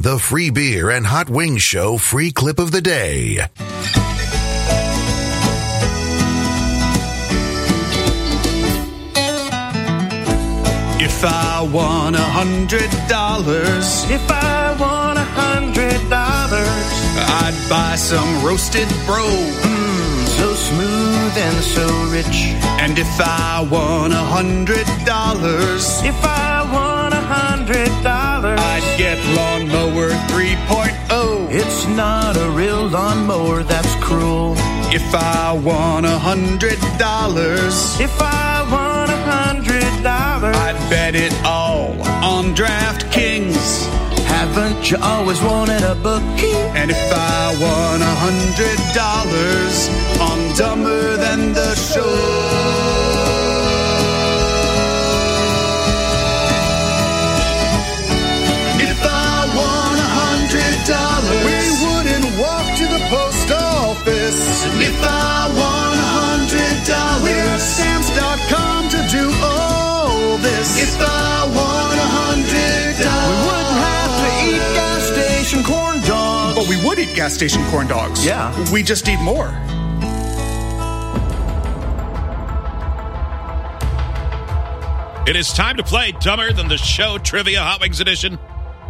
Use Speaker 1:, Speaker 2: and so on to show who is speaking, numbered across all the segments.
Speaker 1: The Free Beer and Hot Wings Show free clip of the day.
Speaker 2: If I won a hundred dollars,
Speaker 3: If I won a hundred dollars,
Speaker 2: I'd buy some roasted bro.
Speaker 3: so smooth and so rich.
Speaker 2: And if I won a hundred dollars,
Speaker 3: If I won a hundred dollars,
Speaker 2: I'd get lawnmower oh. 3.0.
Speaker 3: it's not a real lawnmower that's cruel.
Speaker 2: If I won a hundred dollars,
Speaker 3: If I won a hundred dollars,
Speaker 2: I'd bet it all on DraftKings.
Speaker 3: haven't you always wanted a bookie?
Speaker 2: And if I won a hundred dollars on Dumber Than the Show. If I won a hundred dollars, we wouldn't walk to the post office. If I won a hundred dollars, we'd have stamps.com to do all this. If I won a hundred dollars,
Speaker 3: We wouldn't have to eat gas station corn dogs.
Speaker 2: But we would eat gas station corn dogs.
Speaker 3: Yeah.
Speaker 2: We just eat more.
Speaker 4: It is time to play Dumber Than the Show Trivia Hot Wings Edition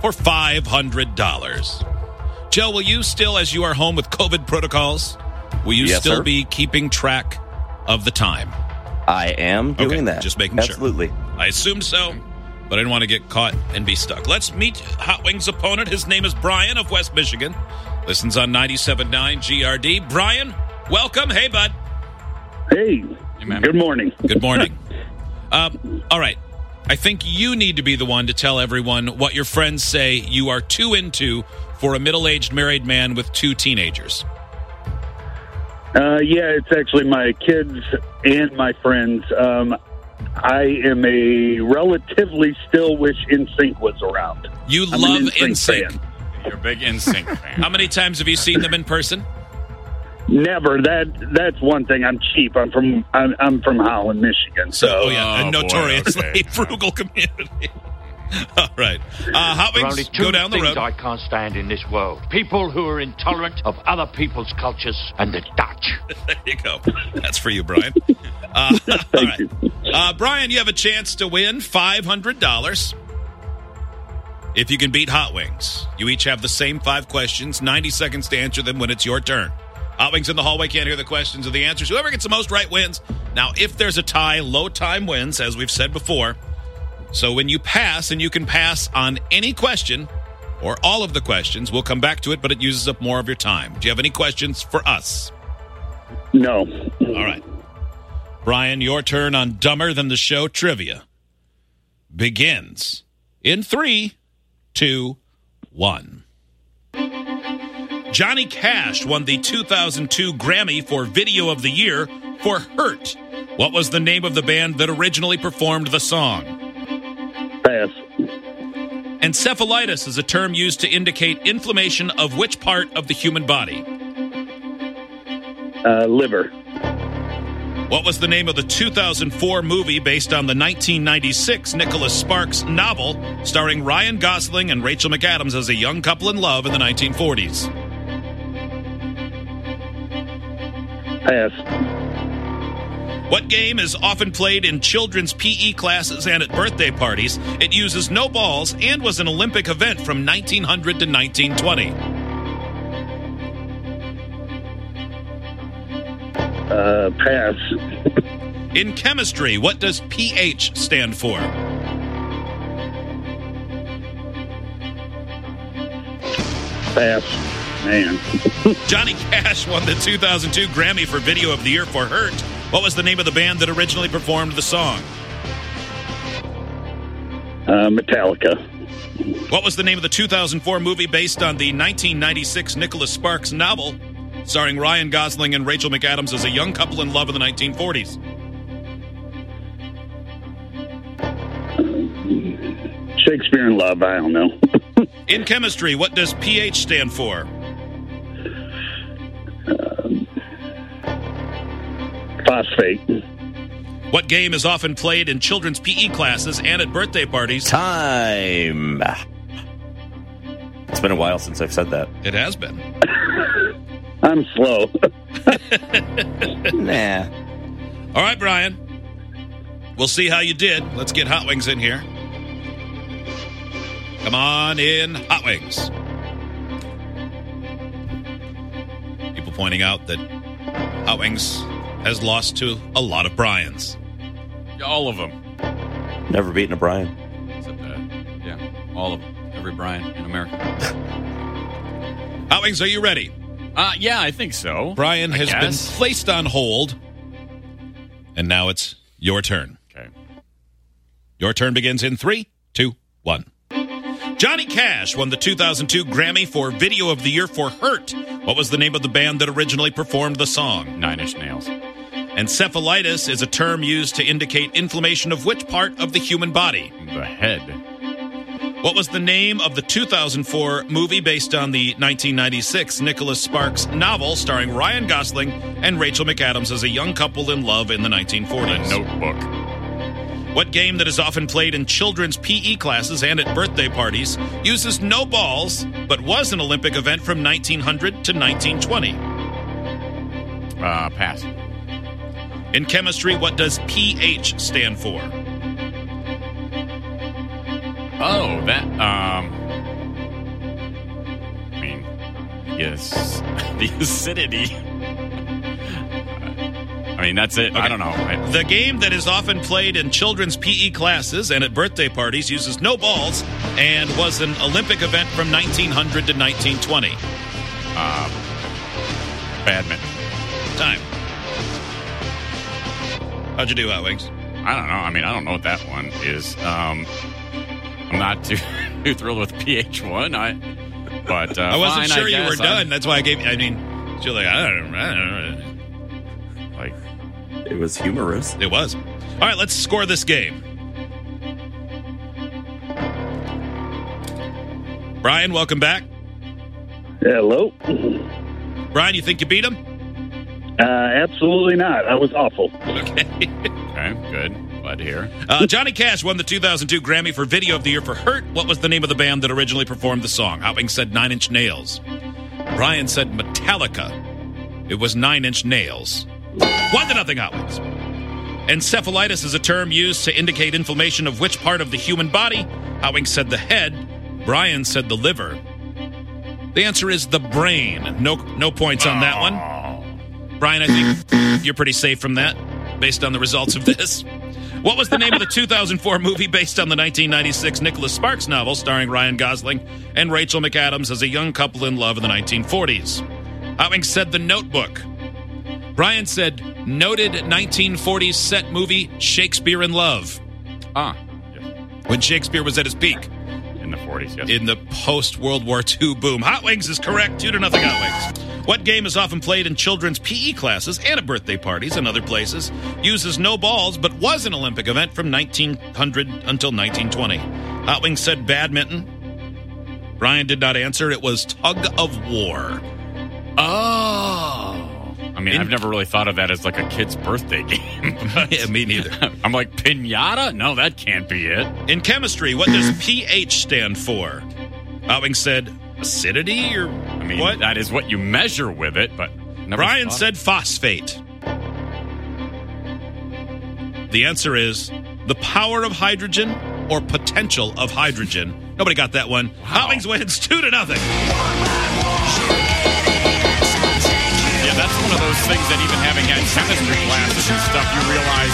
Speaker 4: for $500. Joe, will you still, as you are home with COVID protocols, will you
Speaker 5: Yes,
Speaker 4: still
Speaker 5: sir.
Speaker 4: be keeping track of the time?
Speaker 5: I am doing
Speaker 4: Okay,
Speaker 5: that.
Speaker 4: just making sure.
Speaker 5: Absolutely.
Speaker 4: I assumed so, but I didn't want to get caught and be stuck. Let's meet Hot Wings opponent. His name is Brian of West Michigan. Listens on 97.9 GRD. Brian, welcome. Hey, bud.
Speaker 6: Hey, good morning.
Speaker 4: Good morning. um, all right. I think you need to be the one to tell everyone what your friends say you are too into for a middle aged married man with two teenagers.
Speaker 6: Uh, yeah, it's actually my kids and my friends. Um, I am a relatively still wish In Sync was around.
Speaker 4: You
Speaker 6: I'm
Speaker 4: love
Speaker 6: an NSYNC
Speaker 4: NSYNC.
Speaker 6: fan.
Speaker 7: You're a big NSYNC fan.
Speaker 4: How many times have you seen them in person?
Speaker 6: Never. That that's one thing. I'm cheap. I'm from I'm, I'm from Holland, Michigan. So
Speaker 4: oh, yeah, a
Speaker 7: Oh, boy,
Speaker 4: notoriously
Speaker 7: okay.
Speaker 4: frugal community. All right. Uh, Hot
Speaker 8: There are
Speaker 4: Wings,
Speaker 8: only two
Speaker 4: go down the
Speaker 8: things
Speaker 4: road.
Speaker 8: I can't stand in this world: people who are intolerant of other people's cultures and the Dutch.
Speaker 4: There you go. That's for you, Brian. Uh, all right. Uh, Brian, you have a chance to win $500 if you can beat Hot Wings. You each have the same five questions, 90 seconds to answer them when it's your turn. Hot Wings in the hallway can't hear the questions or the answers. Whoever gets the most right wins. Now, if there's a tie, low time wins, as we've said before. So when you pass, and you can pass on any question or all of the questions, we'll come back to it, but it uses up more of your time. Do you have any questions for us?
Speaker 6: no.
Speaker 4: All right. Brian, your turn on Dumber Than the Show trivia begins in three, two, one. Johnny Cash won the 2002 Grammy for Video of the Year for Hurt. What was the name of the band that originally performed the song?
Speaker 6: Pass.
Speaker 4: Encephalitis is a term used to indicate inflammation of which part of the human body?
Speaker 6: Uh, liver.
Speaker 4: What was the name of the 2004 movie based on the 1996 Nicholas Sparks novel starring Ryan Gosling and Rachel McAdams as a young couple in love in the 1940s?
Speaker 6: Pass.
Speaker 4: What game is often played in children's PE classes and at birthday parties? It uses no balls and was an Olympic event from 1900 to 1920.
Speaker 6: Uh, pass.
Speaker 4: In chemistry, what does pH stand for?
Speaker 6: Pass. Man.
Speaker 4: Johnny Cash won the 2002 Grammy for Video of the Year for Hurt. What was the name of the band that originally performed the song?
Speaker 6: Uh, Metallica.
Speaker 4: What was the name of the 2004 movie based on the 1996 Nicholas Sparks novel, starring Ryan Gosling and Rachel McAdams as a young couple in love in the 1940s?
Speaker 6: Shakespeare in Love. I don't know.
Speaker 4: In chemistry, what does pH stand for?
Speaker 6: Phosphate.
Speaker 4: What game is often played in children's PE classes and at birthday parties?
Speaker 5: Time. It's been a while since I've said that.
Speaker 4: It has been.
Speaker 6: I'm slow.
Speaker 5: Nah.
Speaker 4: All right, Brian. We'll see how you did. Let's get Hot Wings in here. Come on in, Hot Wings. People pointing out that Hot Wings has lost to a lot of Brian's.
Speaker 7: All of them.
Speaker 5: Never beaten a Brian.
Speaker 7: Except that. Yeah. All of them. Every Brian in America.
Speaker 4: Hot Wings, are you ready?
Speaker 7: Uh, yeah, I think so.
Speaker 4: Brian
Speaker 7: I
Speaker 4: has
Speaker 7: guess.
Speaker 4: been placed on hold, and now it's your turn.
Speaker 7: Okay.
Speaker 4: Your turn begins in three, two, one. Johnny Cash won the 2002 Grammy for Video of the Year for Hurt. What was the name of the band that originally performed the song?
Speaker 7: Nine Inch Nails.
Speaker 4: Encephalitis is a term used to indicate inflammation of which part of the human body?
Speaker 7: The head.
Speaker 4: What was the name of the 2004 movie based on the 1996 Nicholas Sparks novel starring Ryan Gosling and Rachel McAdams as a young couple in love in the 1940s?
Speaker 7: Notebook.
Speaker 4: What game that is often played in children's PE classes and at birthday parties uses no balls but was an Olympic event from 1900 to 1920?
Speaker 7: Uh, pass.
Speaker 4: In chemistry, what does pH stand for?
Speaker 7: Oh, that. Um. I mean, yes, the acidity. I mean, that's it. I
Speaker 4: Okay.
Speaker 7: don't know. I,
Speaker 4: The game that is often played in children's PE classes and at birthday parties uses no balls and was an Olympic event from 1900 to 1920.
Speaker 7: badminton.
Speaker 4: Time. How'd you do, Hot Wings?
Speaker 7: I don't know. I mean, I don't know what that one is. Um, I'm not too, too thrilled with PH1. I, but uh,
Speaker 4: I wasn't
Speaker 7: fine, I
Speaker 4: sure you were
Speaker 7: guess.
Speaker 4: done.
Speaker 7: I'm-
Speaker 4: That's why I gave. I mean, she's like, I don't, I don't know.
Speaker 7: Like,
Speaker 5: It was humorous.
Speaker 4: It was. All right, let's score this game. Brian, welcome back.
Speaker 6: Hello.
Speaker 4: Brian, you think you beat him?
Speaker 6: Uh, absolutely not. I was awful.
Speaker 4: Okay.
Speaker 7: okay, good. Glad to hear.
Speaker 4: Uh, Johnny Cash won the 2002 Grammy for Video of the Year for Hurt. What was the name of the band that originally performed the song? Hopping said Nine Inch Nails. Brian said Metallica. It was Nine Inch Nails. One to nothing, Hopkins. Encephalitis is a term used to indicate inflammation of which part of the human body? Howing said the head. Brian said the liver. The answer is the brain. No, no points on that one. Brian, I think you're pretty safe from that based on the results of this. What was the name of the 2004 movie based on the 1996 Nicholas Sparks novel starring Ryan Gosling and Rachel McAdams as a young couple in love in the 1940s? Howing said The Notebook. Brian said noted 1940s set movie Shakespeare in Love
Speaker 7: Ah, yes,
Speaker 4: when Shakespeare was at his peak
Speaker 7: in the 40s, yes.
Speaker 4: in the post World War II boom. Hot Wings is correct. Two to nothing, Hot Wings. What game is often played in children's PE classes and at birthday parties and other places, uses no balls, but was an Olympic event from 1900 until 1920? Hot Wings said badminton. Brian did not answer. It was tug of war.
Speaker 7: Oh. I mean,
Speaker 4: In-
Speaker 7: I've never really thought of that as like a kid's birthday game. but-
Speaker 4: Yeah, me neither.
Speaker 7: I'm like, pinata? No, that can't be it.
Speaker 4: In chemistry, what does pH stand for? Hot Wings said acidity or
Speaker 7: I mean,
Speaker 4: what?
Speaker 7: that is what you measure with it, but. Never
Speaker 4: Brian
Speaker 7: thought-
Speaker 4: said phosphate. The answer is the power of hydrogen or potential of hydrogen. Nobody got that one. Hoppings wins two to nothing.
Speaker 7: Yeah, that's one of those things that even having had chemistry classes and stuff, you realize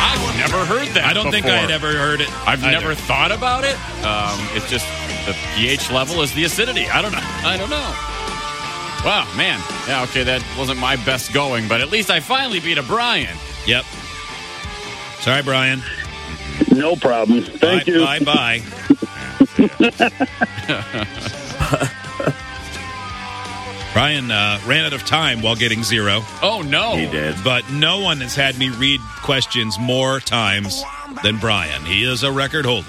Speaker 7: I've never heard that.
Speaker 4: I don't think I had
Speaker 7: before.
Speaker 4: ever heard it.
Speaker 7: I've
Speaker 4: either.
Speaker 7: never thought about it. Um, it's just the pH level is the acidity. I don't know. I don't know. Wow, man. Yeah, okay, that wasn't my best going, but at least I finally beat a Brian.
Speaker 4: Yep. Sorry, Brian.
Speaker 6: No problem. Thank
Speaker 4: bye,
Speaker 6: you.
Speaker 4: Bye bye. Brian uh, ran out of time while getting zero,
Speaker 9: Oh no!
Speaker 7: He did.
Speaker 4: but no one has had me read questions more times than Brian. He is a record holder.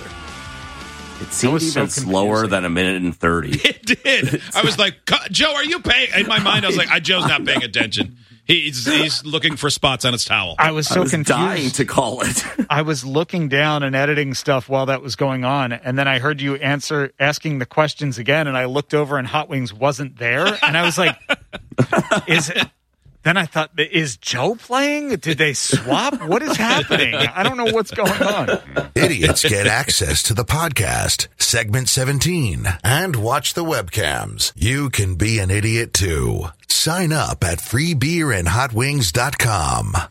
Speaker 7: It seemed
Speaker 2: was so
Speaker 7: even slower
Speaker 2: confusing.
Speaker 7: than a minute and 30.
Speaker 4: It did. I was like, "Co- Joe, are you paying? In my mind, I was like, I, Joe's not paying attention. He's he's looking for spots on his towel.
Speaker 2: I was so
Speaker 7: I was
Speaker 2: confused.
Speaker 7: dying to call it.
Speaker 2: I was looking down and editing stuff while that was going on, and then I heard you answer asking the questions again, and I looked over and Hot Wings wasn't there, and I was like, "Is it?" Then I thought, "Is Joe playing? Did they swap? What is happening? I don't know what's going on."
Speaker 1: Idiots get access to the podcast, segment 17, and watch the webcams. You can be an idiot too. Sign up at freebeerandhotwings.com.